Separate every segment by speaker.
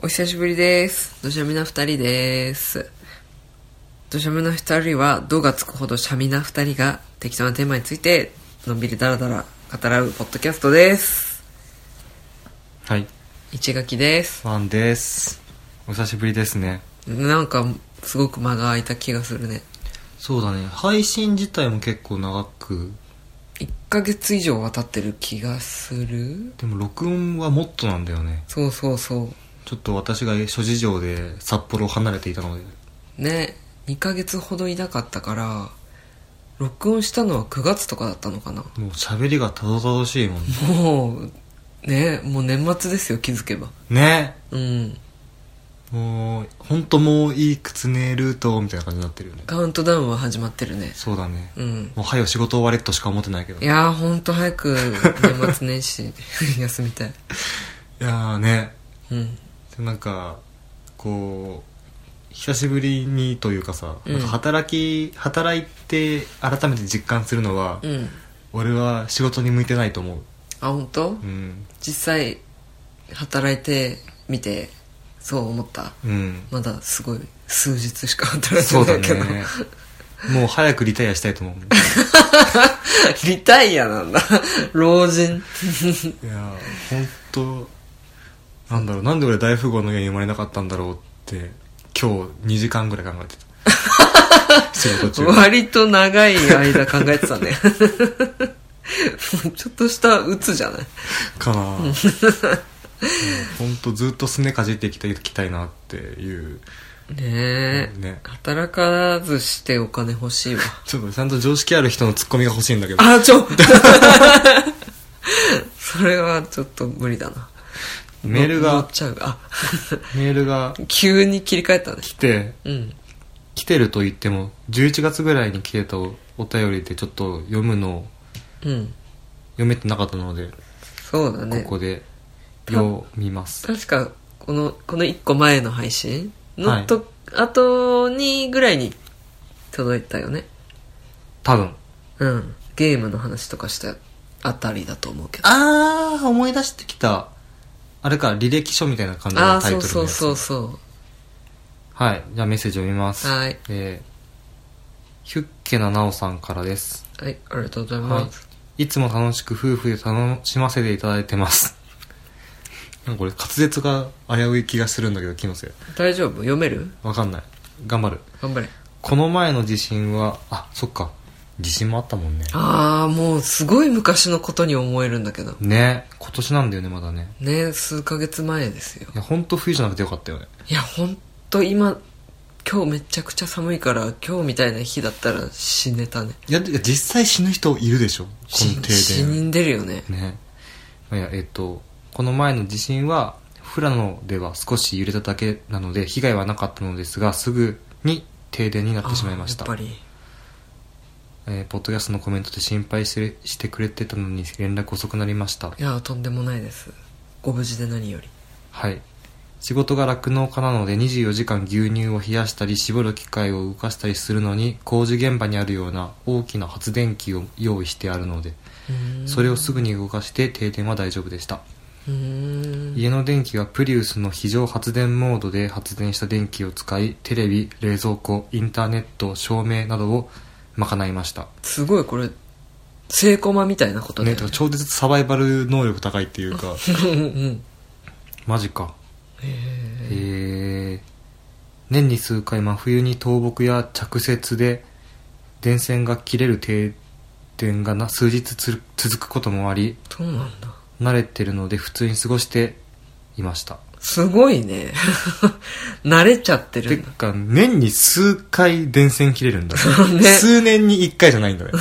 Speaker 1: お久しぶりです。どしゃみな二人です。どしゃみな二人は、度がつくほどしゃみな二人が適当なテーマについて、のんびりだらだら語らうポッドキャストです。
Speaker 2: はい、
Speaker 1: 一垣です。
Speaker 2: ワンです。お久しぶりですね。
Speaker 1: なんか、すごく間が空いた気がするね。
Speaker 2: そうだね、配信自体も結構長く、
Speaker 1: 1ヶ月以上は経ってる気がする
Speaker 2: でも録音はもっとなんだよね。
Speaker 1: そうそうそ
Speaker 2: ちょっと私が諸事情で札幌を離れていたので、
Speaker 1: う。ね、2ヶ月ほどいなかったから、録音したのは9月とかだったのかな。
Speaker 2: もう喋りがたどたどしいもんね。
Speaker 1: もう、ね、もう年末ですよ、気づけば。
Speaker 2: ね
Speaker 1: うん。
Speaker 2: もう、ほんともういい靴ねルートみたいな感じになってるよね。
Speaker 1: カウントダウンは始まってるね。
Speaker 2: そうだね。
Speaker 1: うん。
Speaker 2: もう早よ仕事終われとしか思ってないけど。
Speaker 1: い
Speaker 2: いや
Speaker 1: やー、ほんと早く、年末年始、 休みたい。
Speaker 2: ーね、
Speaker 1: うん。
Speaker 2: でなんか、こう、久しぶりにというかさ、
Speaker 1: うん
Speaker 2: なんか働き、働いて改めて実感するのは、
Speaker 1: うん。
Speaker 2: 俺は仕事に向いてないと思う
Speaker 1: あ、ほんと
Speaker 2: うん
Speaker 1: 実際、働いてみて、そう思った。
Speaker 2: うん
Speaker 1: まだすごい、数日しか働い
Speaker 2: そう
Speaker 1: てな
Speaker 2: だ
Speaker 1: いけど。
Speaker 2: ねもう早くリタイアしたいと思う
Speaker 1: リタイアなんだ。老人。
Speaker 2: いや本当なんだろうなんで俺大富豪の家に生まれなかったんだろうって今日2時間ぐらい考えてた仕事中
Speaker 1: 割と長い間考えてたね。 もうちょっとした鬱じゃない
Speaker 2: かな本当ずっとすねかじってきていきたいなっていう
Speaker 1: ねえ、
Speaker 2: ね
Speaker 1: 働かずしてお金欲しいわ。
Speaker 2: ちょっとちゃんと常識ある人のツッコミが欲しいんだけど
Speaker 1: あ、ちょ それはちょっと無理だな。
Speaker 2: メール
Speaker 1: 乗
Speaker 2: が
Speaker 1: っちゃう。あ、
Speaker 2: メールが
Speaker 1: 急に切り替えたね。
Speaker 2: 来て
Speaker 1: うん。
Speaker 2: 来てると言っても11月ぐらいに来てたおお便りでちょっと読むのを
Speaker 1: うん。
Speaker 2: 読めてなかったので、
Speaker 1: そうだね。
Speaker 2: ここで読みます
Speaker 1: 確か、この、この1個前の配信
Speaker 2: は
Speaker 1: の
Speaker 2: い
Speaker 1: と、後にぐらいに届いたよね。
Speaker 2: 多分
Speaker 1: うん。ゲームの話とかしたあたりだと思うけど。
Speaker 2: あー思い出してきたあれか履歴書みたいな感じ
Speaker 1: あ
Speaker 2: の
Speaker 1: あ、
Speaker 2: タイトルの
Speaker 1: そ
Speaker 2: や
Speaker 1: う
Speaker 2: つ
Speaker 1: そうそうそ
Speaker 2: はいじゃあメッセージ読みます
Speaker 1: う。はい。
Speaker 2: えーヒュッケななおさんからです
Speaker 1: はい、ありがとうござい
Speaker 2: は
Speaker 1: ます。
Speaker 2: い。いつも楽しく夫婦で楽しませていただいてます。 なんかこれ滑舌が危うい気がするんだけど、気のせい。
Speaker 1: 大丈夫読める
Speaker 2: わかんない。頑張る。
Speaker 1: 頑張れ。
Speaker 2: この前の地震は、あ、そっか。地震もあったもんね。
Speaker 1: ああ、もうすごい昔のことに思えるんだけど。
Speaker 2: ね今年なんだよね、まだね。
Speaker 1: ね、数ヶ月前ですよ
Speaker 2: い。や、ほんと冬じゃなくてよかったよね。
Speaker 1: いや、ほんと今、今日めちゃくちゃ寒いから、今日みたいな日だったら死ねたね。
Speaker 2: いや、いや実際死ぬ人いるでしょ。こ
Speaker 1: 死
Speaker 2: の停
Speaker 1: 死
Speaker 2: 電。
Speaker 1: んでるよね。
Speaker 2: ねまあいや、えっと、この前の地震は、富良野では少し揺れただけなので、被害はなかったのですが、すぐに停電になってしまいました
Speaker 1: あー。やっぱり。
Speaker 2: えーポッドキャストのコメントで心配してしてくれてたのに連絡遅くなりました
Speaker 1: いや、とんでもないです。ご無事で何より。
Speaker 2: はい仕事が酪農家なので24時間牛乳を冷やしたり絞る機械を動かしたりするのに工事現場にあるような大きな発電機を用意してあるので
Speaker 1: うーん
Speaker 2: それをすぐに動かして停電は大丈夫でした
Speaker 1: うーん。
Speaker 2: 家の電気はプリウスの非常発電モードで発電した電気を使いテレビ冷蔵庫インターネット照明などを賄いました
Speaker 1: すごいこれ、セイコマみたいなことだ
Speaker 2: ね
Speaker 1: よ
Speaker 2: て
Speaker 1: ね。
Speaker 2: か超絶サバイバル能力高いってい うか
Speaker 1: うんうん。
Speaker 2: マジか
Speaker 1: え
Speaker 2: えー年に数回真冬に倒木や着雪で電線が切れる停電がな数日つ続くこともあり
Speaker 1: ー、そうなんだ。
Speaker 2: 慣れてるので普通に過ごしていました
Speaker 1: すごいね。 慣れちゃって
Speaker 2: て
Speaker 1: るんだ。
Speaker 2: か年に数回電線切れるんだ、
Speaker 1: ね
Speaker 2: 数年に1回じゃないんだ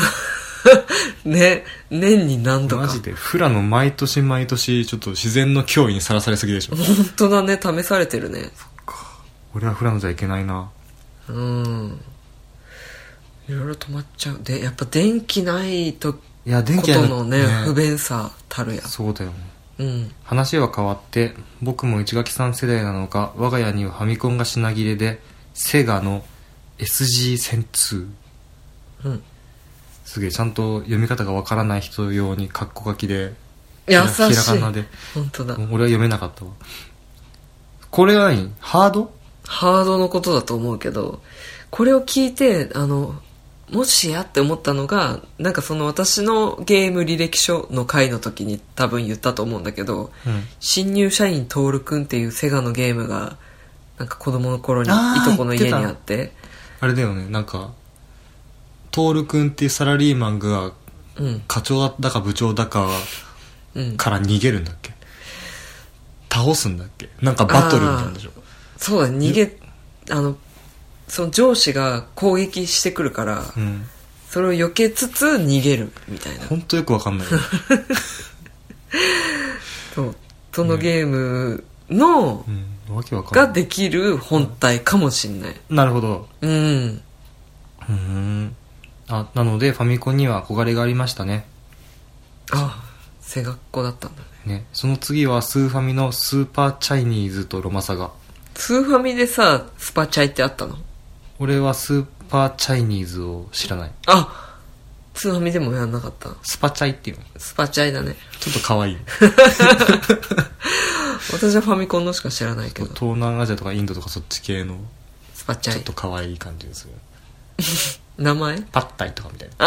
Speaker 2: ね
Speaker 1: ね、年に何度か。
Speaker 2: マジでフラの毎年毎年ちょっと自然の脅威にさらされすぎでしょ
Speaker 1: 本当だね試されてるね
Speaker 2: 俺はフラのじゃいけないな
Speaker 1: うんいろいろ止まっちゃうでやっぱ電気ないとこ
Speaker 2: いや電気
Speaker 1: とのね
Speaker 2: ね
Speaker 1: 不便さたるや
Speaker 2: そうだよね
Speaker 1: うん
Speaker 2: 話は変わって僕も市垣さん世代なのか我が家にはファミコンが品切れでセガの SG 戦2
Speaker 1: うん
Speaker 2: すげえちゃんと読み方がわからない人用にカッコ書きで
Speaker 1: 優
Speaker 2: ひら
Speaker 1: し
Speaker 2: ひらがないで
Speaker 1: 本当だ
Speaker 2: 俺は読めなかったわこれは何ハード
Speaker 1: ハードのことだと思うけど、これを聞いて、あの、もしやって思ったのが、なんかその私のゲーム履歴書の回の時に多分言ったと思うんだけど、
Speaker 2: うん。
Speaker 1: 新入社員トールくんっていうセガのゲームが、なんか子供の頃に、い
Speaker 2: あー
Speaker 1: とこの家に
Speaker 2: 言
Speaker 1: あ
Speaker 2: っ
Speaker 1: って、
Speaker 2: あれだよね、なんか、トールくんっていうサラリーマンが
Speaker 1: うん、
Speaker 2: 課長だか部長だか
Speaker 1: うん。
Speaker 2: から逃げるんだっけ倒すんだっけなんかバトルみたいなんでしょ
Speaker 1: そうだ、逃げ、あの、その上司が攻撃してくるから、
Speaker 2: うん。
Speaker 1: それを避けつつ逃げるみたいな。
Speaker 2: ほんとよくわかんないよね。
Speaker 1: そう。そのゲームの、
Speaker 2: うん。わけわか
Speaker 1: が
Speaker 2: んない。
Speaker 1: できる本体かもしんない。
Speaker 2: なるほど。
Speaker 1: うん。
Speaker 2: うーん。あ、なので、ファミコンには憧れがありましたね。
Speaker 1: あ、背学校だったんだね。
Speaker 2: ね。その次は、スーファミのスーパーチャイニーズとロマサガ。
Speaker 1: スーファミでさ、スパチャイってあったの
Speaker 2: 俺はスーパーチャイニーズを知らない。
Speaker 1: あ、スーファミでもやんなかった。
Speaker 2: スパチャイっていうの。
Speaker 1: スパチャイだね。
Speaker 2: ちょっと可愛い。
Speaker 1: 私はファミコンのしか知らないけど、
Speaker 2: 東南アジアとかインドとかそっち系の、
Speaker 1: スパチ
Speaker 2: ちょ
Speaker 1: ャ
Speaker 2: っ
Speaker 1: イ
Speaker 2: と。可愛い感じですよ。
Speaker 1: 名前
Speaker 2: パッタイとかみたいな。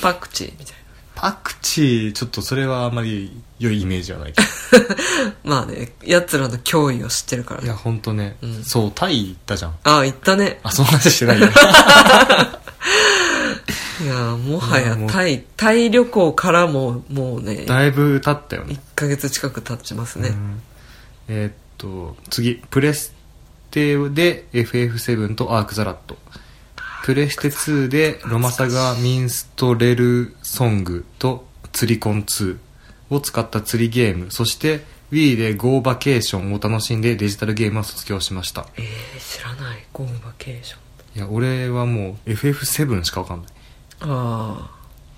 Speaker 1: パクチーみたい
Speaker 2: パクチー、ちょっとそれはあまり良いイメージはないけど。
Speaker 1: な。まあね、奴らの脅威を知ってるから
Speaker 2: い
Speaker 1: ね。
Speaker 2: や、ほんとね。
Speaker 1: うん
Speaker 2: そう、タイ行ったじゃん。
Speaker 1: あ、言ったね。
Speaker 2: あ、そんな話してないよ。
Speaker 1: いや、もはや
Speaker 2: もう
Speaker 1: タイ、タイ旅行からも、もうね、
Speaker 2: だいぶ経ったよね
Speaker 1: 1。ヶ月近く経ちますね
Speaker 2: う。んえーっと次プレステで FF7 とアークザラットプレステ2でロマサガミンストレルソングと釣りコン2を使った釣りゲームそして Wii で Go バケーションを楽しんでデジタルゲームを卒業しました
Speaker 1: えー、知らない。ゴーバケーション。
Speaker 2: いや俺はもう FF7 しかわかんない
Speaker 1: あ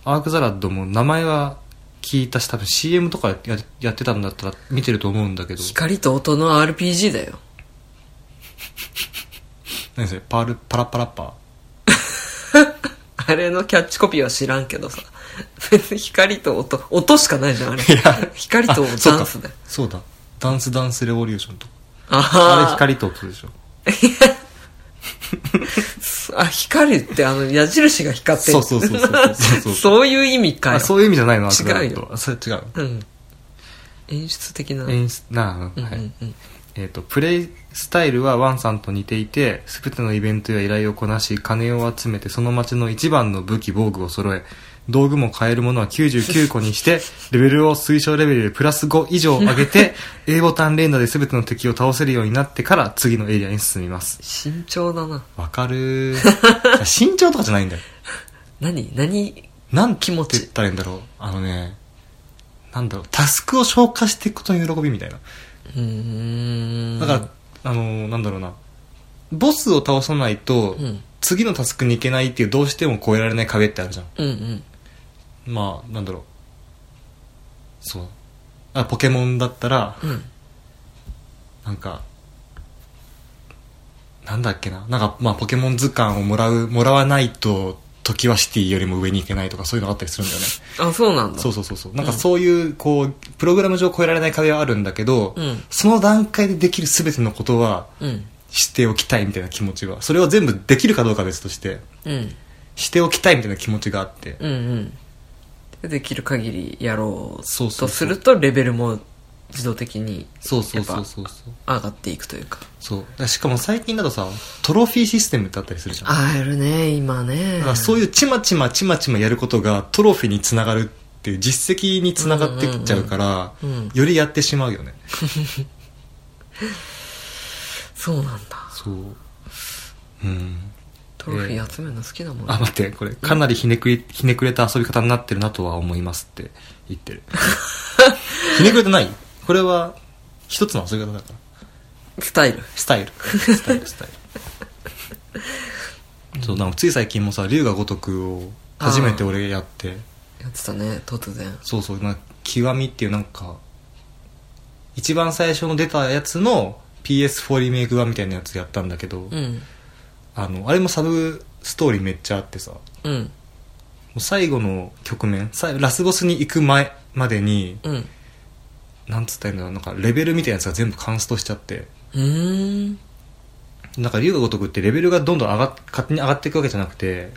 Speaker 2: アークザラットも名前は聞いたし多分 CM とかややってたんだったら見てると思うんだけ
Speaker 1: あ
Speaker 2: ど
Speaker 1: 光と音の RPG だよ
Speaker 2: 何それパールパラパラッパー
Speaker 1: あれのキャッチコピーは知らんけどさ別に光と音音しかないじゃんあれ
Speaker 2: いや
Speaker 1: 光と
Speaker 2: あそう
Speaker 1: ダ
Speaker 2: か
Speaker 1: ンスだよ
Speaker 2: そうだダンスダンスレボリューションとあれ
Speaker 1: ああ
Speaker 2: 光と音でしょ
Speaker 1: あ光ってあの矢印が光ってる
Speaker 2: そうそうそうそうそうそ う
Speaker 1: そういう意味かよ
Speaker 2: あそういう意味じゃないの
Speaker 1: 違うよ
Speaker 2: あそれ違う
Speaker 1: うん、演出的な
Speaker 2: 演出な
Speaker 1: う
Speaker 2: あ
Speaker 1: んう
Speaker 2: はい、
Speaker 1: んうん
Speaker 2: えっ、とプレイスタイルはワンさんと似ていて全てのイベントや依頼をこなし金を集めてその町の一番の武器防具を揃え道具も買えるものは99個 にして、レベルを推奨レベルでプラス5以上上げて、A ボタン連打で全ての敵を倒せるようになってから次のエリアに進みます。
Speaker 1: 慎重だな
Speaker 2: わかる ー。いや慎重とかじゃないんだよ。
Speaker 1: 何何
Speaker 2: なんて
Speaker 1: 気持ち
Speaker 2: 言ったらいいんだろう。あのね、なんだろう、タスクを消化していくことの喜びみたいな。
Speaker 1: うーん
Speaker 2: だから、あのーなんだろうな、ボスを倒さないと、
Speaker 1: うん
Speaker 2: 次のタスクに行けないっていうどうしても超えられない壁ってあるじゃ
Speaker 1: うんうん
Speaker 2: ん。まあ、なんだろう。そう。あ、ポケモンだったら、
Speaker 1: うん
Speaker 2: なんか、なんだっけな。なんか、まあ、ポケモン図鑑をもらう、もらわないと、時はシティよりも上に行けないとか、そういうのがあったりするんだよね。
Speaker 1: あそうなんだ
Speaker 2: そうそうそうそうなんかそういうこうプログラム上超えられない壁はあるんだけど、
Speaker 1: うん
Speaker 2: その段階でできる全てのことは
Speaker 1: うん
Speaker 2: しておきたいみたいな気持ちはそれを全部できるかどうかは別として
Speaker 1: うん
Speaker 2: しておきたいみたいな気持ちがあって、
Speaker 1: うんうんでできる限りやろう
Speaker 2: そうそ
Speaker 1: と
Speaker 2: うそ
Speaker 1: す
Speaker 2: う
Speaker 1: るとレベルも自動的に
Speaker 2: そうそうそうそうそう
Speaker 1: 上がっていくというか
Speaker 2: そうだからしかも最近だとさトロフィーシステムってあったりするじゃん
Speaker 1: あやるね今ね
Speaker 2: だからそういうちまちまちまちまやることがトロフィーにつながるっていう実績につながってっちゃうから、
Speaker 1: うんうんうんうん
Speaker 2: よりやってしまうよね
Speaker 1: そうなんだ
Speaker 2: そううん
Speaker 1: トロフィー集めるの好きだもんね
Speaker 2: あ、待って、これ、かなりひねくり、ひねくれた遊び方になってるなとは思いますって言っ てる。ひねくれてないこれは、一つの遊び方だから。
Speaker 1: スタイル
Speaker 2: スタイル。スタイル、スタイ ル。そう、なんかつい最近もさ、竜が如くを初めて俺やって、
Speaker 1: やってたね突然
Speaker 2: そうそう、なんか極みっていうなんか、一番最初の出たやつの PS4 リメイク版みたいなやつやったんだけど、
Speaker 1: うん
Speaker 2: あの、あれもサブストーリーめっちゃあってさ、
Speaker 1: うん
Speaker 2: もう最後の局面さラスボスに行く前までに
Speaker 1: うん
Speaker 2: なんつったらいいんだろうなんかレベルみたいなやつが全部カンストしちゃって
Speaker 1: うーん
Speaker 2: なんか龍が如くってレベルがどんどん上がっ勝手に上がっていくわけじゃなくて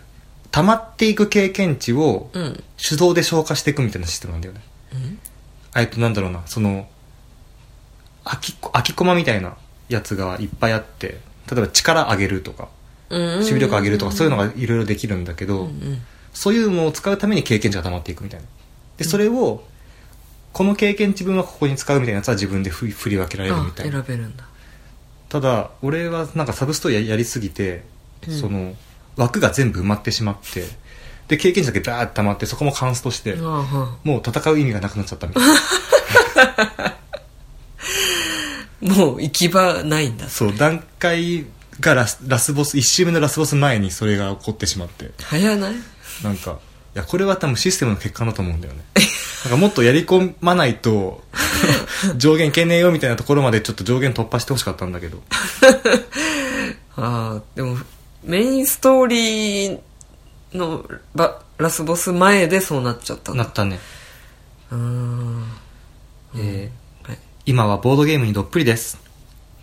Speaker 2: 溜まっていく経験値を
Speaker 1: うん
Speaker 2: 手動で消化していくみたいなシステムなんだよね、あえっとなんだろうなその空き空きコマみたいなやつがいっぱいあって例えば力上げるとか
Speaker 1: うん
Speaker 2: 守備力上げるとかそういうのがいろいろできるんだけど、
Speaker 1: うん
Speaker 2: そういうのを使うために経験値が溜まっていくみたいなでそれをこの経験値分はここに使うみたいなやつは自分で振り振り分けられるみ
Speaker 1: あ
Speaker 2: たいな
Speaker 1: 選べるんだ
Speaker 2: ただ俺はなんかサブストーリーややりすぎて、
Speaker 1: うん
Speaker 2: その枠が全部埋まってしまってで経験値だけバーッと溜まってそこもカンストして、
Speaker 1: ああは
Speaker 2: もう戦う意味がなくなっちゃったみたい な
Speaker 1: あもう行き場ないんだ
Speaker 2: そう段階がラスラスボス1周目のラスボス前にそれが起こってしまって
Speaker 1: 早ない
Speaker 2: なんかいやこれは多分システムの欠陥だと思うんだよねなんかもっとやり込まないと 上限いけねえよみたいなところまでちょっと上限突破してほしかったんだけど
Speaker 1: ああでもメインストーリーのばラスボス前でそうなっちゃったん
Speaker 2: な
Speaker 1: だ
Speaker 2: ったね、
Speaker 1: うーん
Speaker 2: えー
Speaker 1: はい
Speaker 2: 今はボードゲームにどっぷりです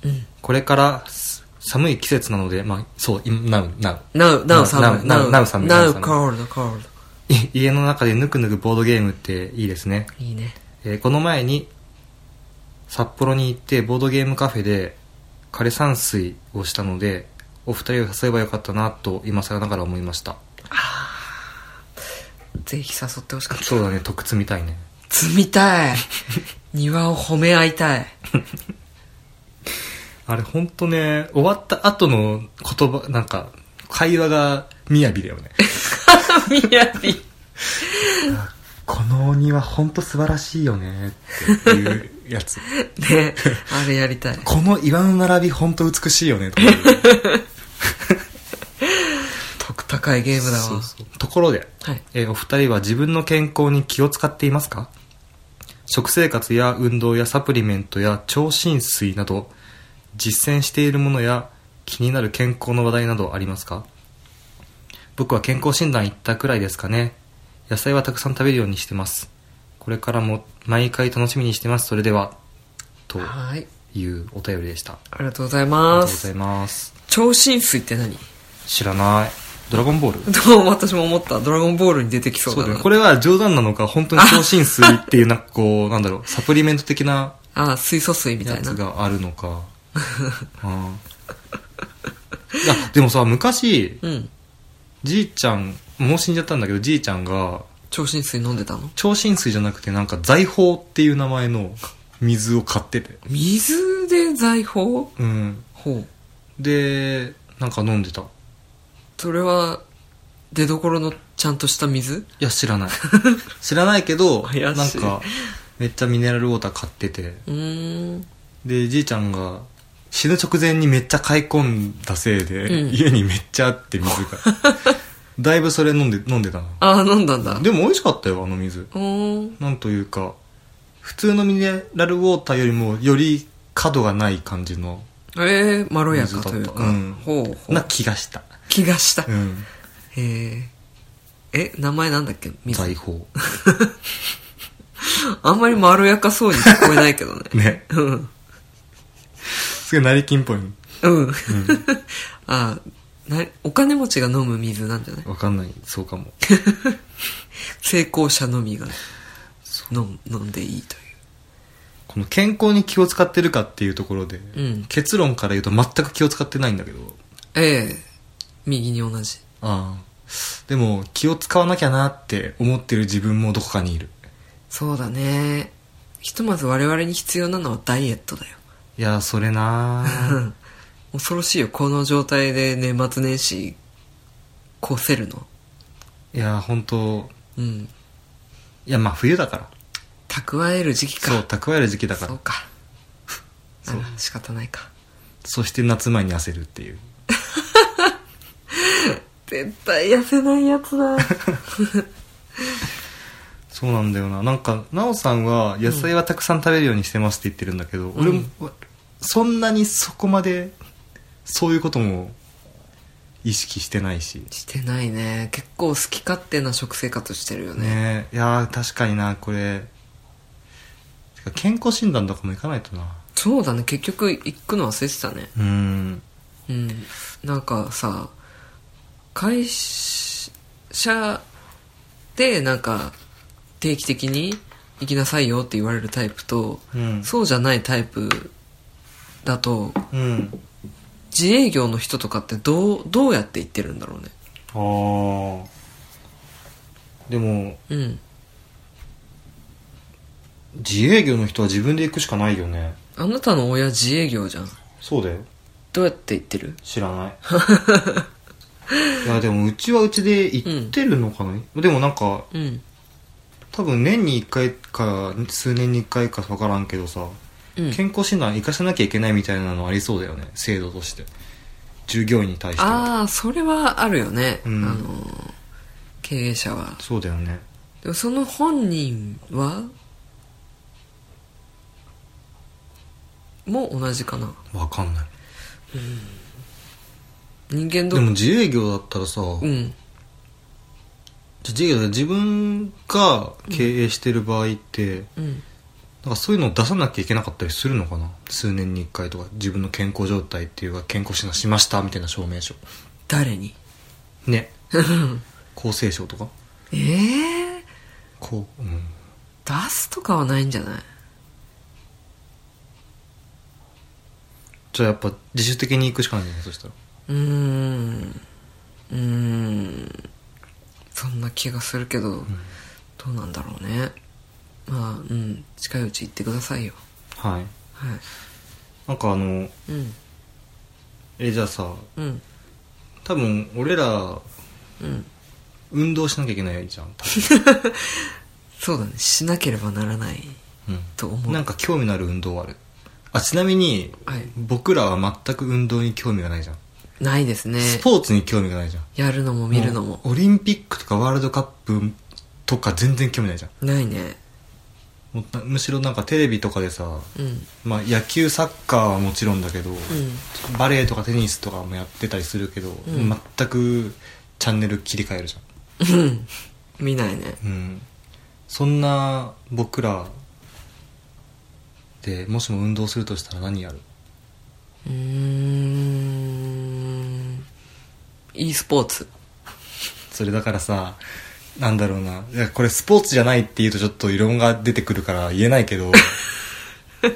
Speaker 1: うん
Speaker 2: これからす寒い季節なので、まあ、そう、今なう、なう。
Speaker 1: Now, now 寒い
Speaker 2: now, now, now 寒い。
Speaker 1: Now
Speaker 2: now 寒
Speaker 1: cold, cold
Speaker 2: いい家の中でぬくぬくボードゲームっていいですね。
Speaker 1: いいね
Speaker 2: えーこの前に、札幌に行ってボードゲームカフェで枯山水をしたので、お二人を誘えばよかったなと今更ながら思いました。
Speaker 1: ぜひ誘ってほしかった
Speaker 2: そうだね、得積みたいね。
Speaker 1: 積み たい庭を褒め合いたい
Speaker 2: あれほんとね、終わった後の言葉、なんか、会話が雅だよね。
Speaker 1: みやび
Speaker 2: この庭ほんと素晴らしいよねっていうやつ。
Speaker 1: ねあれやりたい
Speaker 2: この岩の並び本当美しいよねって いう
Speaker 1: 得高いゲームだわ
Speaker 2: そうそうところで、
Speaker 1: はい
Speaker 2: えーお二人は自分の健康に気を使っていますか食生活や運動やサプリメントや超浸水など実践しているものや気になる健康の話題などありますか僕は健康診断行ったくらいですかね野菜はたくさん食べるようにしてますこれからも毎回楽しみにしてますそれではと
Speaker 1: はい
Speaker 2: いうお便りでしたあ
Speaker 1: ありがとうござい
Speaker 2: りが
Speaker 1: ま
Speaker 2: とうござ
Speaker 1: す
Speaker 2: います
Speaker 1: 超浸水って何
Speaker 2: 知らないドラゴンボール
Speaker 1: どうも私も思ったドラゴンボールに出てきそう
Speaker 2: そう
Speaker 1: だ
Speaker 2: だ
Speaker 1: な
Speaker 2: ね。これは冗談なのか、本当に超浸水っていう、なんかこう、なん だろう、サプリメント的な
Speaker 1: ああ水素水みた
Speaker 2: や
Speaker 1: いな
Speaker 2: つがあるのか。あーいや、でもさ、昔、
Speaker 1: うん
Speaker 2: じいちゃん、もう死んじゃったんだけど、じいちゃんが、
Speaker 1: 超浸水飲んでたの
Speaker 2: 超浸水じゃなくて、なんか財宝っていう名前の水を買ってて。
Speaker 1: 水で財宝ほ
Speaker 2: うん。
Speaker 1: う
Speaker 2: で、なんか飲んでた。い
Speaker 1: それは出どころのちゃんとした水
Speaker 2: や、知ら ない。知らないけど、
Speaker 1: 怪しい
Speaker 2: なんか、めっちゃミネラルウォーター買ってて。
Speaker 1: うーん
Speaker 2: でじいちゃんが死ぬ直前にめっちゃ買い込んだせいで、
Speaker 1: うん
Speaker 2: 家にめっちゃあって水が だいぶそれ飲んで飲んでたな
Speaker 1: ああ飲んだんだ
Speaker 2: でも美味しかったよあの水
Speaker 1: うーん
Speaker 2: なんというか普通のミネラルウォーターよりもより角がない感じの
Speaker 1: ええまろやかというか、
Speaker 2: うん
Speaker 1: ほうほう
Speaker 2: な気がした、
Speaker 1: 気がした、
Speaker 2: う
Speaker 1: へ
Speaker 2: ん、
Speaker 1: ええ名前なんだっけ水
Speaker 2: 財宝
Speaker 1: あんまりまろやかそうに聞こえないけどね
Speaker 2: ね
Speaker 1: うん
Speaker 2: すごい成金っぽいの
Speaker 1: うん、 ああなお金持ちが飲む水なんじゃない
Speaker 2: わかんないそうかも
Speaker 1: 成功者のみが飲む飲んでいいとい
Speaker 2: この健康に気を使ってるかっていうところで、
Speaker 1: ん
Speaker 2: 結論から言うと全く気を使ってないんだけど
Speaker 1: うええ右に同じ
Speaker 2: ああでも気を使わなきゃなって思ってる自分もどこかにいる
Speaker 1: そうだねひとまず我々に必要なのはダイエットだよ
Speaker 2: いやーそれな ー
Speaker 1: 恐ろしいよこの状態で年末年始越せるの
Speaker 2: いやー本当
Speaker 1: うん
Speaker 2: いやまあ冬だから
Speaker 1: 蓄える時期か
Speaker 2: そう蓄える時期だか
Speaker 1: そう
Speaker 2: ら
Speaker 1: かあら仕方ないか
Speaker 2: そして夏前に焦るっていう
Speaker 1: 絶対痩せないやつだ
Speaker 2: そうなんだよななんか奈緒さんは野菜はたくさん食べるようにしてますって言ってるんだけど、俺もそんなにそこまでそういうことも意識してないし
Speaker 1: してないね結構好き勝手な食生活してるよね
Speaker 2: ねえいやー確かになこれてか健康診断とかも行かないとな
Speaker 1: そうだね結局行くの忘れてたね
Speaker 2: うん
Speaker 1: うんなんかさ会社でなんか定期的に行きなさいよって言われるタイプと、
Speaker 2: うん
Speaker 1: そうじゃないタイプだと
Speaker 2: うん
Speaker 1: 自営業の人とかってどうどうやって行ってるんだろうね
Speaker 2: ああでも
Speaker 1: うん
Speaker 2: 自営業の人は自分で行くしかないよね
Speaker 1: あなたの親自営業じゃん
Speaker 2: そうだよ
Speaker 1: どうやって行ってる
Speaker 2: 知らない いやでもうちはうちで行ってるのかな、でもなんか
Speaker 1: うん
Speaker 2: 多分年に1回か数年に1回か分からんけどさ、
Speaker 1: うん
Speaker 2: 健康診断行かせなきゃいけないみたいなのありそうだよね制度として従業員に対しては
Speaker 1: ああそれはあるよね、
Speaker 2: うん
Speaker 1: あの経営者は
Speaker 2: そうだよね
Speaker 1: でもその本人はもう同じかな
Speaker 2: 分かんない
Speaker 1: 人間
Speaker 2: で
Speaker 1: ど
Speaker 2: も自営業だったらさ、
Speaker 1: うん
Speaker 2: 自営業で自分が経営してる場合って、
Speaker 1: うん
Speaker 2: なんかそういうのを出さなきゃいけなかったりするのかな数年に1回とか自分の健康状態っていうか健康診断しましたみたいな証明書
Speaker 1: 誰 に
Speaker 2: ね厚生省とか
Speaker 1: ええ
Speaker 2: こう、うん、
Speaker 1: 出すとかはないんじゃない
Speaker 2: じゃあやっぱ自主的に行くしかないんじゃないそしたら
Speaker 1: うーんうーんそんな気がするけど、どうなんだろうねまあうん近いうち行ってくださいよ
Speaker 2: はい
Speaker 1: は
Speaker 2: なんかあの
Speaker 1: いうん
Speaker 2: えじゃあさ
Speaker 1: うん
Speaker 2: 多分俺ら
Speaker 1: うん
Speaker 2: 運動しなきゃいけないじゃん多
Speaker 1: そうだねしなければならない
Speaker 2: 分
Speaker 1: と
Speaker 2: う
Speaker 1: 思
Speaker 2: ん、なん
Speaker 1: う
Speaker 2: か興味のある運動はあるあちなみに、
Speaker 1: はい
Speaker 2: 僕らは全く運動に興味がないじゃん、
Speaker 1: ないですね
Speaker 2: スポーツに興味がないじゃん
Speaker 1: やるのも見るのも
Speaker 2: うオリンピックとかワールドカップとか全然興味ないじゃん
Speaker 1: ないね
Speaker 2: もうなむしろなんかテレビとかでさ、
Speaker 1: うん
Speaker 2: まあ、野球サッカーはもちろんだけど、
Speaker 1: うん
Speaker 2: バレエとかテニスとかもやってたりするけど、
Speaker 1: ん
Speaker 2: 全くチャンネル切り替えるじゃ
Speaker 1: うん 見ないね
Speaker 2: ん、うん、そんな僕らでもしも運動するとしたら何やる
Speaker 1: うーん e スポーツ
Speaker 2: それだからさなんだろうないやこれスポーツじゃないって言うとちょっと異論が出てくるから言えない けど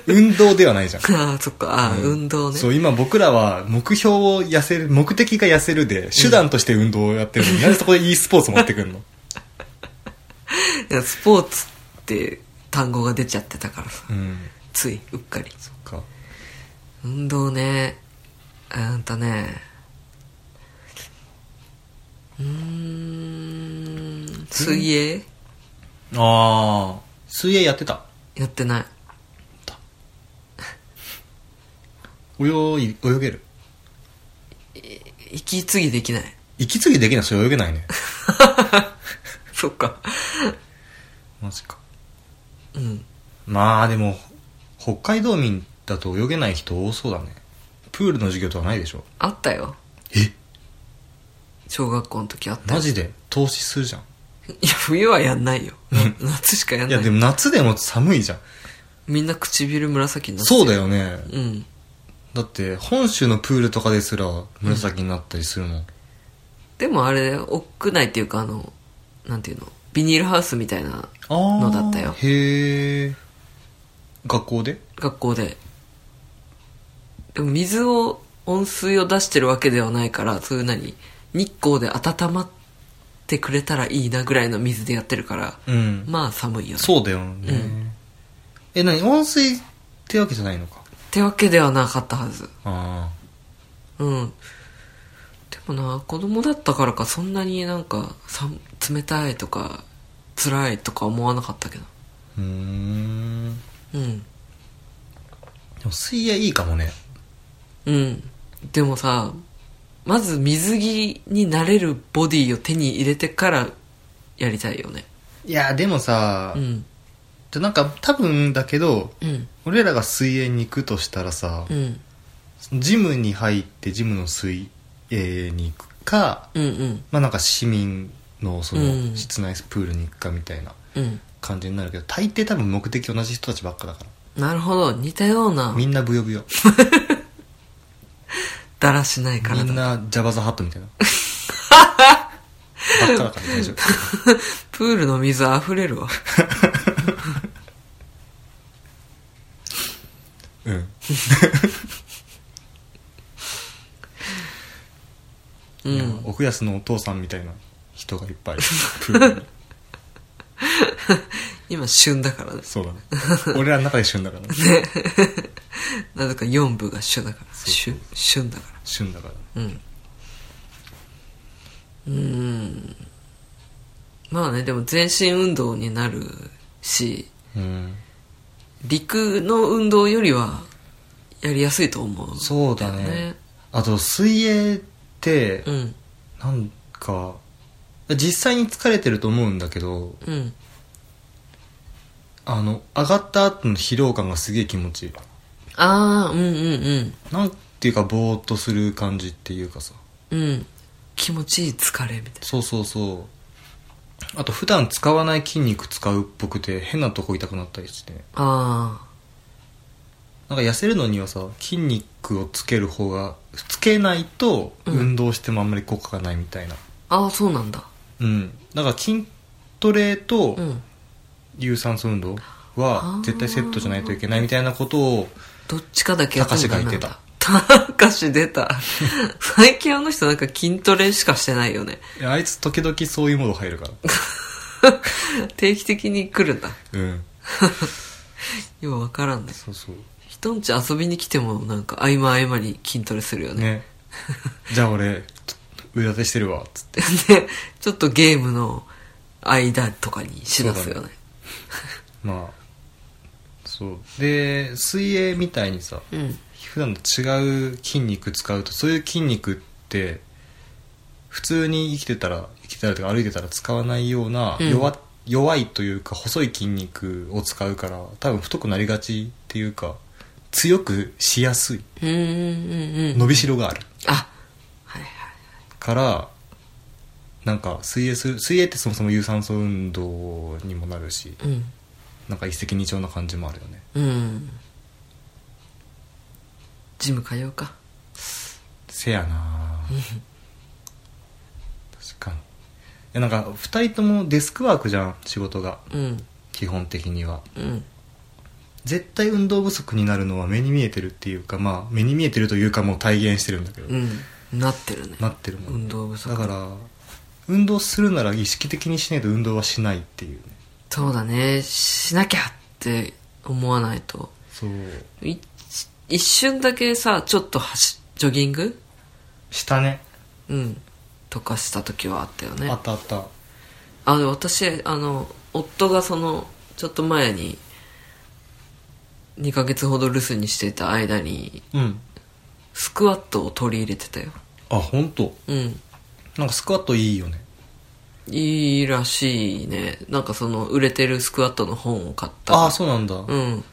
Speaker 2: 運動ではないじゃん
Speaker 1: ああそっかああ、運動ね
Speaker 2: そう、今僕らは目標を痩せる、目的が痩せるで、手段として運動をやってるのに、なぜそこで e スポーツ持ってく るの
Speaker 1: いやスポーツって単語が出ちゃってたからさ
Speaker 2: うん。
Speaker 1: ついうっかり
Speaker 2: か。
Speaker 1: 運動ねうんとねうーん水泳
Speaker 2: ああ。水泳やってた。
Speaker 1: やってない
Speaker 2: 泳い、泳げる。
Speaker 1: 息継ぎできない
Speaker 2: 息継ぎできないそれ泳げない ね。
Speaker 1: そっか
Speaker 2: マジか。
Speaker 1: うん
Speaker 2: まあでも、北海道民だと泳げない人多そうだね。プールの授業とはないでしょ。
Speaker 1: あったよ
Speaker 2: え
Speaker 1: 小学校の時あった
Speaker 2: マ
Speaker 1: よ
Speaker 2: ジで投資するじゃん。
Speaker 1: いや冬はやんないよ夏しかやん
Speaker 2: い
Speaker 1: な
Speaker 2: や
Speaker 1: い
Speaker 2: でも夏でも寒いじゃん。
Speaker 1: みんな唇紫になって
Speaker 2: そうだよね。
Speaker 1: うん
Speaker 2: だって、本州のプールとかですら紫になったりするもん。
Speaker 1: でもあれ屋内っていうかあのなんていうのビニールハウスみたいな
Speaker 2: の
Speaker 1: だったよ
Speaker 2: へえ学校で
Speaker 1: 学校ででも水を温水を出してるわけではないからそういう何日光で温まってくれたらいいなぐらいの水でやってるから、
Speaker 2: うん
Speaker 1: まあ寒いよね
Speaker 2: そうだよね、
Speaker 1: うん
Speaker 2: え何温水ってわけじゃないのか
Speaker 1: ってわけではなかったはず
Speaker 2: あ
Speaker 1: うんでもな子供だったからかそんなになんかさ冷たいとか辛いとか思わなかったけど
Speaker 2: あうーん
Speaker 1: うん
Speaker 2: でも水泳いいかもね
Speaker 1: うんでもさまず水着になれるボディを手に入れてからやりたいよね
Speaker 2: いやでもさ、
Speaker 1: うん
Speaker 2: じゃなんか多分だけど
Speaker 1: うん
Speaker 2: 俺らが水泳に行くとしたらさ
Speaker 1: う、ん
Speaker 2: ジムに入ってジムの水泳に行くか
Speaker 1: うんうん
Speaker 2: まあなんか市民のその
Speaker 1: うん
Speaker 2: 室内プールに行くかみたいな
Speaker 1: うん
Speaker 2: 感じになるけど大抵多分目的同じ人たちばっかだか
Speaker 1: なるほど似たよう
Speaker 2: ら
Speaker 1: な
Speaker 2: みんなブヨブヨ
Speaker 1: だらしない
Speaker 2: み
Speaker 1: 体
Speaker 2: んなジャバザハットみ たいなばっかだから大丈夫
Speaker 1: プールの水あふれるわ
Speaker 2: うん
Speaker 1: う
Speaker 2: いや
Speaker 1: ん
Speaker 2: 奥安のお父さんみたいな人がいっぱいいるプールに
Speaker 1: 今旬だからね
Speaker 2: そう だね俺らの中で旬だからね
Speaker 1: なぜか4部が旬だから
Speaker 2: う
Speaker 1: 旬旬だか
Speaker 2: 旬だから
Speaker 1: らうんうーんまあねでも全身運動になるし
Speaker 2: うん
Speaker 1: 陸の運動よりはやりやすいと思う
Speaker 2: そうだねあと水泳って
Speaker 1: うん
Speaker 2: なんか実際に疲れてると思うんだけど
Speaker 1: うん
Speaker 2: あの上がった後の疲労感がすげえ気持ちいい
Speaker 1: ああうんうん
Speaker 2: なんていうかぼーっとする感じっていうかさ
Speaker 1: うんうん気持ちいい疲れみたいな
Speaker 2: そうそうそうあと普段使わない筋肉使うっぽくて変なとこ痛くなったりしてね
Speaker 1: ああ
Speaker 2: なんか痩せるのにはさ筋肉をつける方がつけないと
Speaker 1: うん
Speaker 2: 運動してもあんまり効果がないみたいな
Speaker 1: ああそうなんだ
Speaker 2: うんだから筋トレと
Speaker 1: うん
Speaker 2: 有酸素運動
Speaker 1: あ
Speaker 2: は
Speaker 1: ー
Speaker 2: 絶対セットじゃないといけないみたいなことを
Speaker 1: どっちかだけやってもダメなんだ
Speaker 2: たか
Speaker 1: たかし出た 最近あの人なんか筋トレしかしてないよね
Speaker 2: いやあいつ時々そういうモード入るから
Speaker 1: 定期的に来るんだ
Speaker 2: うん
Speaker 1: ようわからんね
Speaker 2: そうそう
Speaker 1: 人んち遊びに来てもなんか合間合間に筋トレするよね
Speaker 2: ねじゃあ俺ちょっと腕立てしてるわつって
Speaker 1: でちょっとゲームの間とかにしだすよ
Speaker 2: そう
Speaker 1: ね
Speaker 2: だまあそうで水泳みたいにさ
Speaker 1: うん
Speaker 2: 普段と違う筋肉使うとそういう筋肉って普通に生きてたら生きてたらとか歩いてたら使わないような
Speaker 1: うん
Speaker 2: 弱,、弱いというか細い筋肉を使うから多分太くなりがちっていうか強くしやすい
Speaker 1: うんうんうんうん
Speaker 2: 伸びしろがある
Speaker 1: あはいはい
Speaker 2: からなんか水泳する水泳ってそもそも有酸素運動にもなるし
Speaker 1: うん
Speaker 2: なんか一石二鳥な感じもあるよね
Speaker 1: うんジム通うか
Speaker 2: せやな確かにいやなんか2人ともデスクワークじゃん仕事が
Speaker 1: うん
Speaker 2: 基本的には
Speaker 1: うん
Speaker 2: 絶対運動不足になるのは目に見えてるっていうかまあ目に見えてるというかもう体現してるんだけど、
Speaker 1: うんなってるね
Speaker 2: なってるもん
Speaker 1: 運動不足
Speaker 2: だから運動するなら意識的にしないと運動はしないっていうね
Speaker 1: そうだねしなきゃって思わないと
Speaker 2: そう
Speaker 1: い一瞬だけさちょっと走ジョギング
Speaker 2: したね
Speaker 1: うんとかした時はあったよね
Speaker 2: あったあった
Speaker 1: あで私あの夫がそのちょっと前に2ヶ月ほど留守にしてた間に
Speaker 2: うん
Speaker 1: スクワットを取り入れてたよ
Speaker 2: あ本当。
Speaker 1: うん
Speaker 2: なんかスクワットいいよね
Speaker 1: いいらしいねなんかその売れてるスクワットの本を買った
Speaker 2: ああそうなんだ、
Speaker 1: うん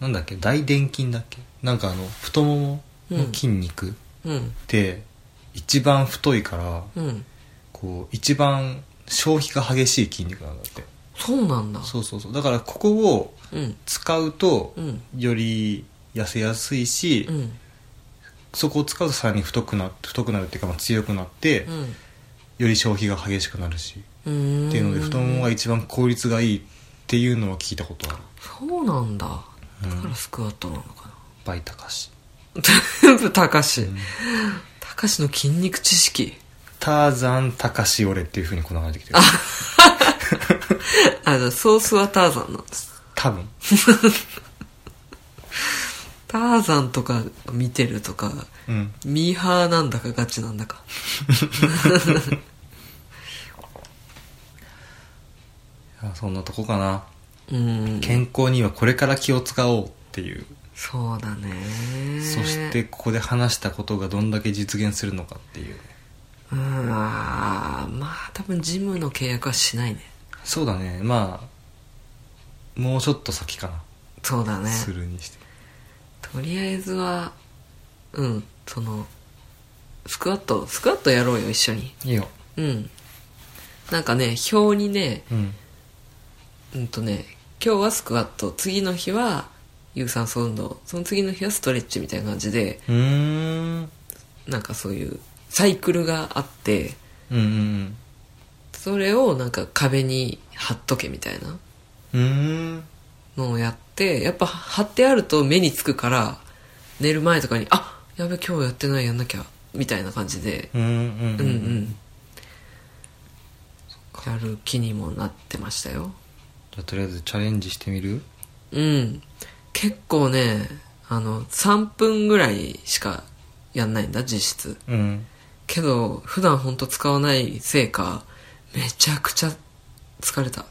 Speaker 2: なんだっけ大臀筋だっけなんかあの太ももの筋肉、
Speaker 1: うん
Speaker 2: って一番太いから
Speaker 1: うん
Speaker 2: こう一番消費が激しい筋肉なんだって
Speaker 1: そうなんだ
Speaker 2: そうそうそうだからここを
Speaker 1: うん
Speaker 2: 使うと
Speaker 1: うん
Speaker 2: より痩せやすいし、
Speaker 1: うん
Speaker 2: そこを使うとさらに太くな太くなるっていうか、まあ、強くなって、
Speaker 1: うん
Speaker 2: より消費が激しくなるし、
Speaker 1: うーん
Speaker 2: っていうので太ももが一番効率がいいっていうのは聞いたことある
Speaker 1: そうなんだ
Speaker 2: う
Speaker 1: だ
Speaker 2: ん
Speaker 1: からスクワットなのかな
Speaker 2: バイタカシ
Speaker 1: 全部たかしたかしの筋肉知識
Speaker 2: ターザンタカシオレっていうふうにこの流れてきてる
Speaker 1: あのソースはターザンなんです
Speaker 2: 多分
Speaker 1: ターザンとか見てるとか
Speaker 2: うん
Speaker 1: ミーハーなんだかガチなんだか
Speaker 2: いやそんなとこかな
Speaker 1: うん
Speaker 2: 健康にはこれから気を使おうっていう
Speaker 1: そうだね
Speaker 2: そしてここで話したことがどんだけ実現するのかっていう
Speaker 1: うんあーまあ多分ジムの契約はしないね
Speaker 2: そうだねまあもうちょっと先かな、
Speaker 1: そうだね
Speaker 2: するにして
Speaker 1: とりあえずはうんそのスクワットスクワットやろうよ一緒に
Speaker 2: いいよ
Speaker 1: うんなんかね表にね
Speaker 2: うん
Speaker 1: うんとね今日はスクワット次の日は有酸素運動その次の日はストレッチみたいな感じで
Speaker 2: うーん
Speaker 1: なんかそういうサイクルがあって
Speaker 2: うんうん
Speaker 1: それをなんか壁に貼っとけみたいな
Speaker 2: うんうーん
Speaker 1: のをやってやっぱ貼ってあると目につくから寝る前とかにあやべ今日やってないやんなきゃみたいな感じで
Speaker 2: うんうん
Speaker 1: うんうんやる気にもなってましたよ
Speaker 2: じゃあとりあえずチャレンジしてみる
Speaker 1: うん結構ねあの3分ぐらいしかやんないんだ実質
Speaker 2: うん
Speaker 1: けど普段ほんと使わないせいかめちゃくちゃ疲れた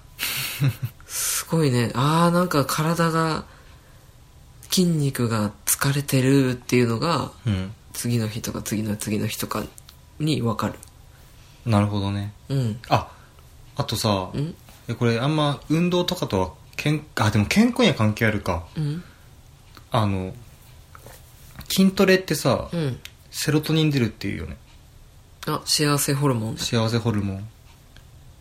Speaker 1: すごいねあーなんか体が筋肉が疲れてるっていうのが
Speaker 2: うん
Speaker 1: 次の日とか次の次の日とかにわかる
Speaker 2: なるほどね
Speaker 1: うん
Speaker 2: ああとさ
Speaker 1: うん
Speaker 2: えこれあんま運動とかとはけんあでも健康には関係あるか
Speaker 1: うん
Speaker 2: あの筋トレってさ、
Speaker 1: うん
Speaker 2: セロトニン出るっていうよね
Speaker 1: あ幸せホルモン
Speaker 2: 幸せホルモン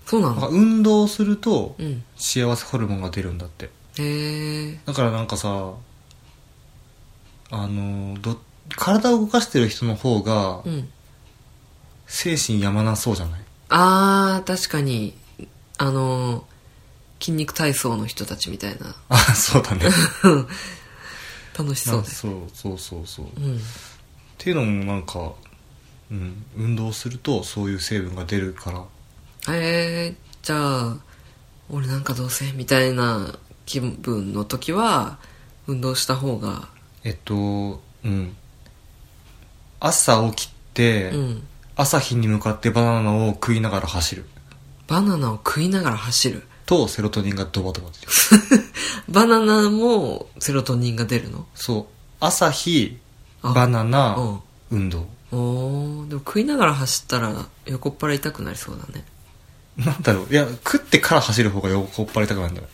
Speaker 1: そうな
Speaker 2: なんか
Speaker 1: の
Speaker 2: 運動すると
Speaker 1: うん
Speaker 2: 幸せホルモンが出るんだって
Speaker 1: へえ
Speaker 2: だからなんかさあのど体を動かしてる人の方が
Speaker 1: うん
Speaker 2: 精神やまなそうじゃない
Speaker 1: あー確かにあの筋肉体操の人たちみたいな
Speaker 2: あそ うだね
Speaker 1: 楽しそう
Speaker 2: なん
Speaker 1: で
Speaker 2: か
Speaker 1: す
Speaker 2: そうそうそうそうっ
Speaker 1: うん
Speaker 2: ていうのもなんか、うん、運動するとそういう成分が出るから
Speaker 1: えー、じゃあ俺なんかどうせみたいな気分の時は運動した方が
Speaker 2: えっとうん朝起きて、
Speaker 1: うん
Speaker 2: 朝日に向かってバナナを食いながら走る
Speaker 1: バナナを食いながら走る
Speaker 2: とセロトニンがドバドバ出てくる
Speaker 1: バナナもセロトニンが出るの
Speaker 2: そう朝日
Speaker 1: あ
Speaker 2: バナ
Speaker 1: う
Speaker 2: ナ
Speaker 1: ん
Speaker 2: 運動
Speaker 1: おーでも食いながら走ったら横っ腹痛くなりそうだね
Speaker 2: なんだろういや食ってから走る方が横っ腹痛くなるんだよ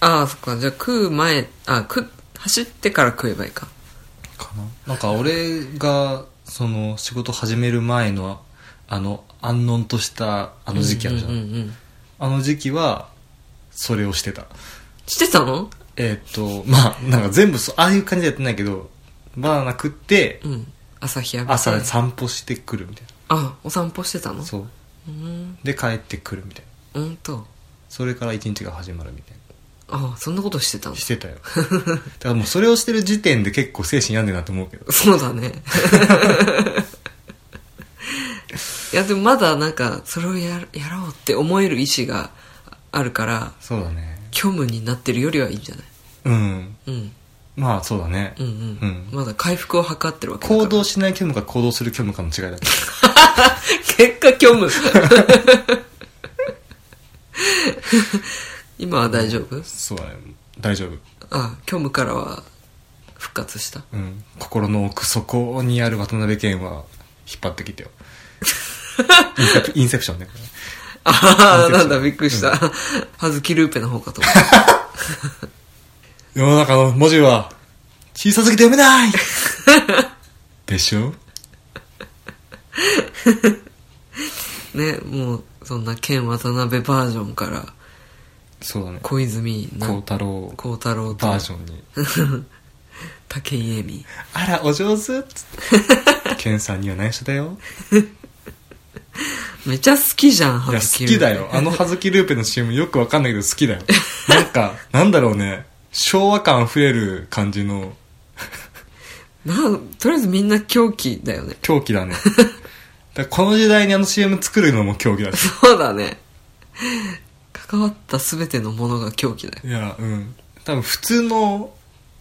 Speaker 1: ああそっかじゃあ食う前あ食走ってから食えばいいか
Speaker 2: かななんか俺がその仕事始める前のあの安穏としたあの時期あるじゃん,、
Speaker 1: うんうんうんうん
Speaker 2: あの時期はそれをしてた
Speaker 1: してたの
Speaker 2: えーっ、とまあなんか全部そうああいう感じでやってないけどバナナ食って
Speaker 1: うん朝日浴びて
Speaker 2: 朝散歩してくるみたい
Speaker 1: あお散歩してたの
Speaker 2: なそう
Speaker 1: うん
Speaker 2: で帰ってくるみたいな
Speaker 1: うんと
Speaker 2: それから一日が始まるみたい
Speaker 1: あそんなことしてたの
Speaker 2: なしてたよ だからもうそれをしてる時点で結構精神病んでるなと思うけど
Speaker 1: そうだね。 いや、でもまだなんか、それをやるやろうって思える意志があるから、
Speaker 2: そうだね
Speaker 1: 虚無になってるよりはいいんじゃない
Speaker 2: うん
Speaker 1: うん。
Speaker 2: まあそうだね、
Speaker 1: うんうん。
Speaker 2: うん
Speaker 1: まだ回復を図ってるわけだから。
Speaker 2: 行動しない虚無か行動する虚無かの違いだけど
Speaker 1: 結果虚無。 今は大丈夫
Speaker 2: そうだね大丈夫、
Speaker 1: あ、虚無からは復活した。
Speaker 2: うん、心の奥底にある渡辺謙は引っ張ってき てよインセプインセプションねこ
Speaker 1: ああ、
Speaker 2: インセプショ
Speaker 1: な
Speaker 2: ン
Speaker 1: んだ、びっくりした。はずきルーペの方かと思った。
Speaker 2: れ世の中の文字は小さすぎて読めないでしょ
Speaker 1: ね、もう、そんな、剣渡辺バージョンから、
Speaker 2: そうだね
Speaker 1: 小泉な
Speaker 2: 孝太郎
Speaker 1: 孝太郎と
Speaker 2: バージョンに
Speaker 1: 武井絵美
Speaker 2: 「あらお上 手」っつって健さんには内緒だよ
Speaker 1: めちゃ好きじゃん
Speaker 2: いや
Speaker 1: 葉
Speaker 2: 好
Speaker 1: 月
Speaker 2: きだよあの葉月ルーペの CM よくわかんないけど好きだ よなんかなんだろうね昭和感あふれる感じの
Speaker 1: なんとりあえずみんな狂気だよね
Speaker 2: 狂気 だねだからこの時代にあの CM 作るのも狂気だし
Speaker 1: そうだね関わった全てのものが狂気だよ
Speaker 2: いやうん多分普通の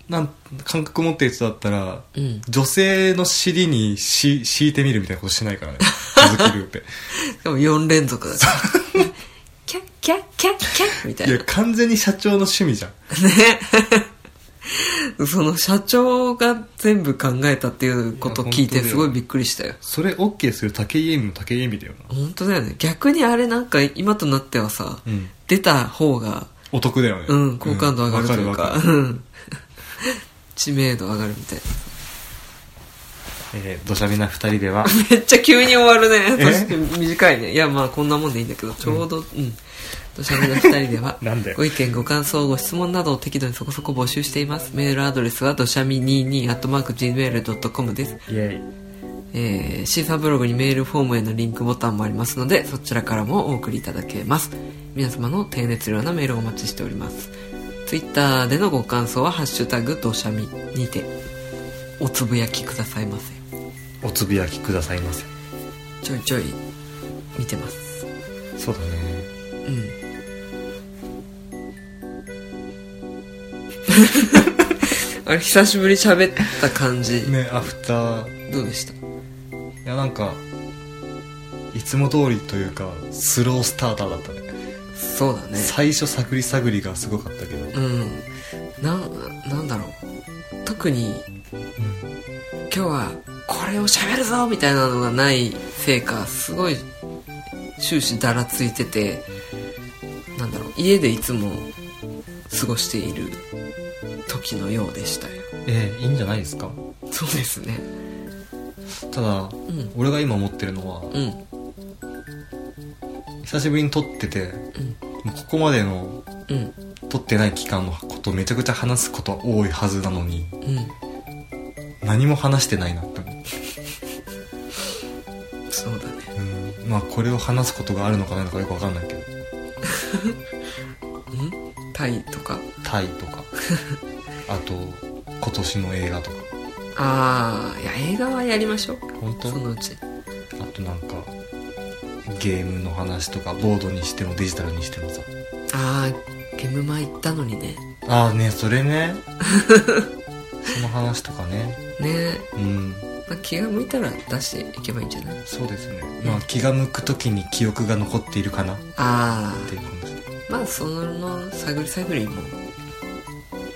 Speaker 2: なん感覚持ってる人だったら、
Speaker 1: うん
Speaker 2: 女性の尻にし敷いてみるみたいなことしないからね葉月 ルーペ
Speaker 1: しかも4連続だよキャッキャッキャッキャッみたい
Speaker 2: い
Speaker 1: な
Speaker 2: や完全に社長の趣味じゃん
Speaker 1: ねその社長が全部考えたっていうこと聞い
Speaker 2: い
Speaker 1: て
Speaker 2: や本当だよ
Speaker 1: すごいびっくりしたよ
Speaker 2: それ OK する武井絵美も武井絵美だよな
Speaker 1: 本当だよね逆にあれなんか今となってはさ、
Speaker 2: うん
Speaker 1: 出た方が
Speaker 2: お得だよね
Speaker 1: うん、好感度上がるという
Speaker 2: わ
Speaker 1: か
Speaker 2: るわ、 る
Speaker 1: うん。知名度上がるみたいな。
Speaker 2: えー、土砂みな二人では
Speaker 1: めっちゃ急に終わるね。
Speaker 2: え
Speaker 1: そして短いね。いや、まあこんなもんでいいんだけど、ちょうど、うん。土砂降りの二人では
Speaker 2: なんだよ
Speaker 1: ご意見ご感想ご質問などを適度にそこそこ募集していますメールアドレスは土砂み22 gmail.com です、
Speaker 2: イエイ
Speaker 1: えー、シーサーブログにメールフォームへのリンクボタンもありますのでそちらからもお送りいただけます皆様の低熱量なメールをお待ちしておりますツイッターでのご感想は「ハッシュタグ土砂み」にておつぶやきくださいませ
Speaker 2: おつぶやきくださいませ
Speaker 1: ちょいちょい見てます
Speaker 2: そうだね
Speaker 1: うんあれ久しぶりに喋った感じ
Speaker 2: ねアフター
Speaker 1: どうでした
Speaker 2: いやなんかいつも通りというかスロースターターだったね
Speaker 1: そうだね
Speaker 2: 最初探り探りがすごかったけど、
Speaker 1: うんななんだろう特に今日はこれを喋るぞみたいなのがないせいかすごい終始だらついててなんだろう家でいつも過ごしている時のようでしたよ
Speaker 2: ええいいんじゃないですか
Speaker 1: そうですね
Speaker 2: ただ
Speaker 1: うん
Speaker 2: 俺が今思ってるのは
Speaker 1: うん
Speaker 2: 久しぶりに撮ってて
Speaker 1: うん
Speaker 2: もうここまでの
Speaker 1: うん
Speaker 2: 撮ってない期間のことめちゃくちゃ話すことは多いはずなのに
Speaker 1: う
Speaker 2: 何も話してないなって思って
Speaker 1: んそうだね
Speaker 2: うんまあこれを話すことがあるのかないのかよくわかんないけど
Speaker 1: タイとか
Speaker 2: タイと かあと今年の映画とか
Speaker 1: ああいや映画はやりましょう
Speaker 2: 本当
Speaker 1: そのうち
Speaker 2: あとなんかゲームの話とかボードにしてもデジタルにしてもさ
Speaker 1: ああゲームマ行ったのにね
Speaker 2: ああねそれ ねその話とかね
Speaker 1: ねえ、
Speaker 2: うん
Speaker 1: まあ、気が向いたら出していけばいいんじゃない
Speaker 2: そうですねまあ気が向く時に記憶が残っているかなっ
Speaker 1: あ
Speaker 2: ていう感じで
Speaker 1: あまあその探り探りも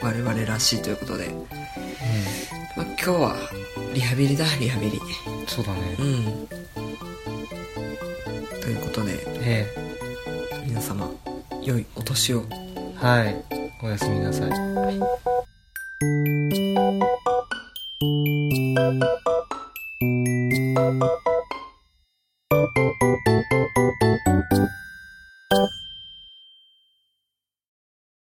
Speaker 1: 我々らしいということで、まあ、今日はリハビリだリハビリ
Speaker 2: うんそうだね
Speaker 1: うんということで
Speaker 2: え
Speaker 1: 皆様良いお年を
Speaker 2: えはいおやすみなさい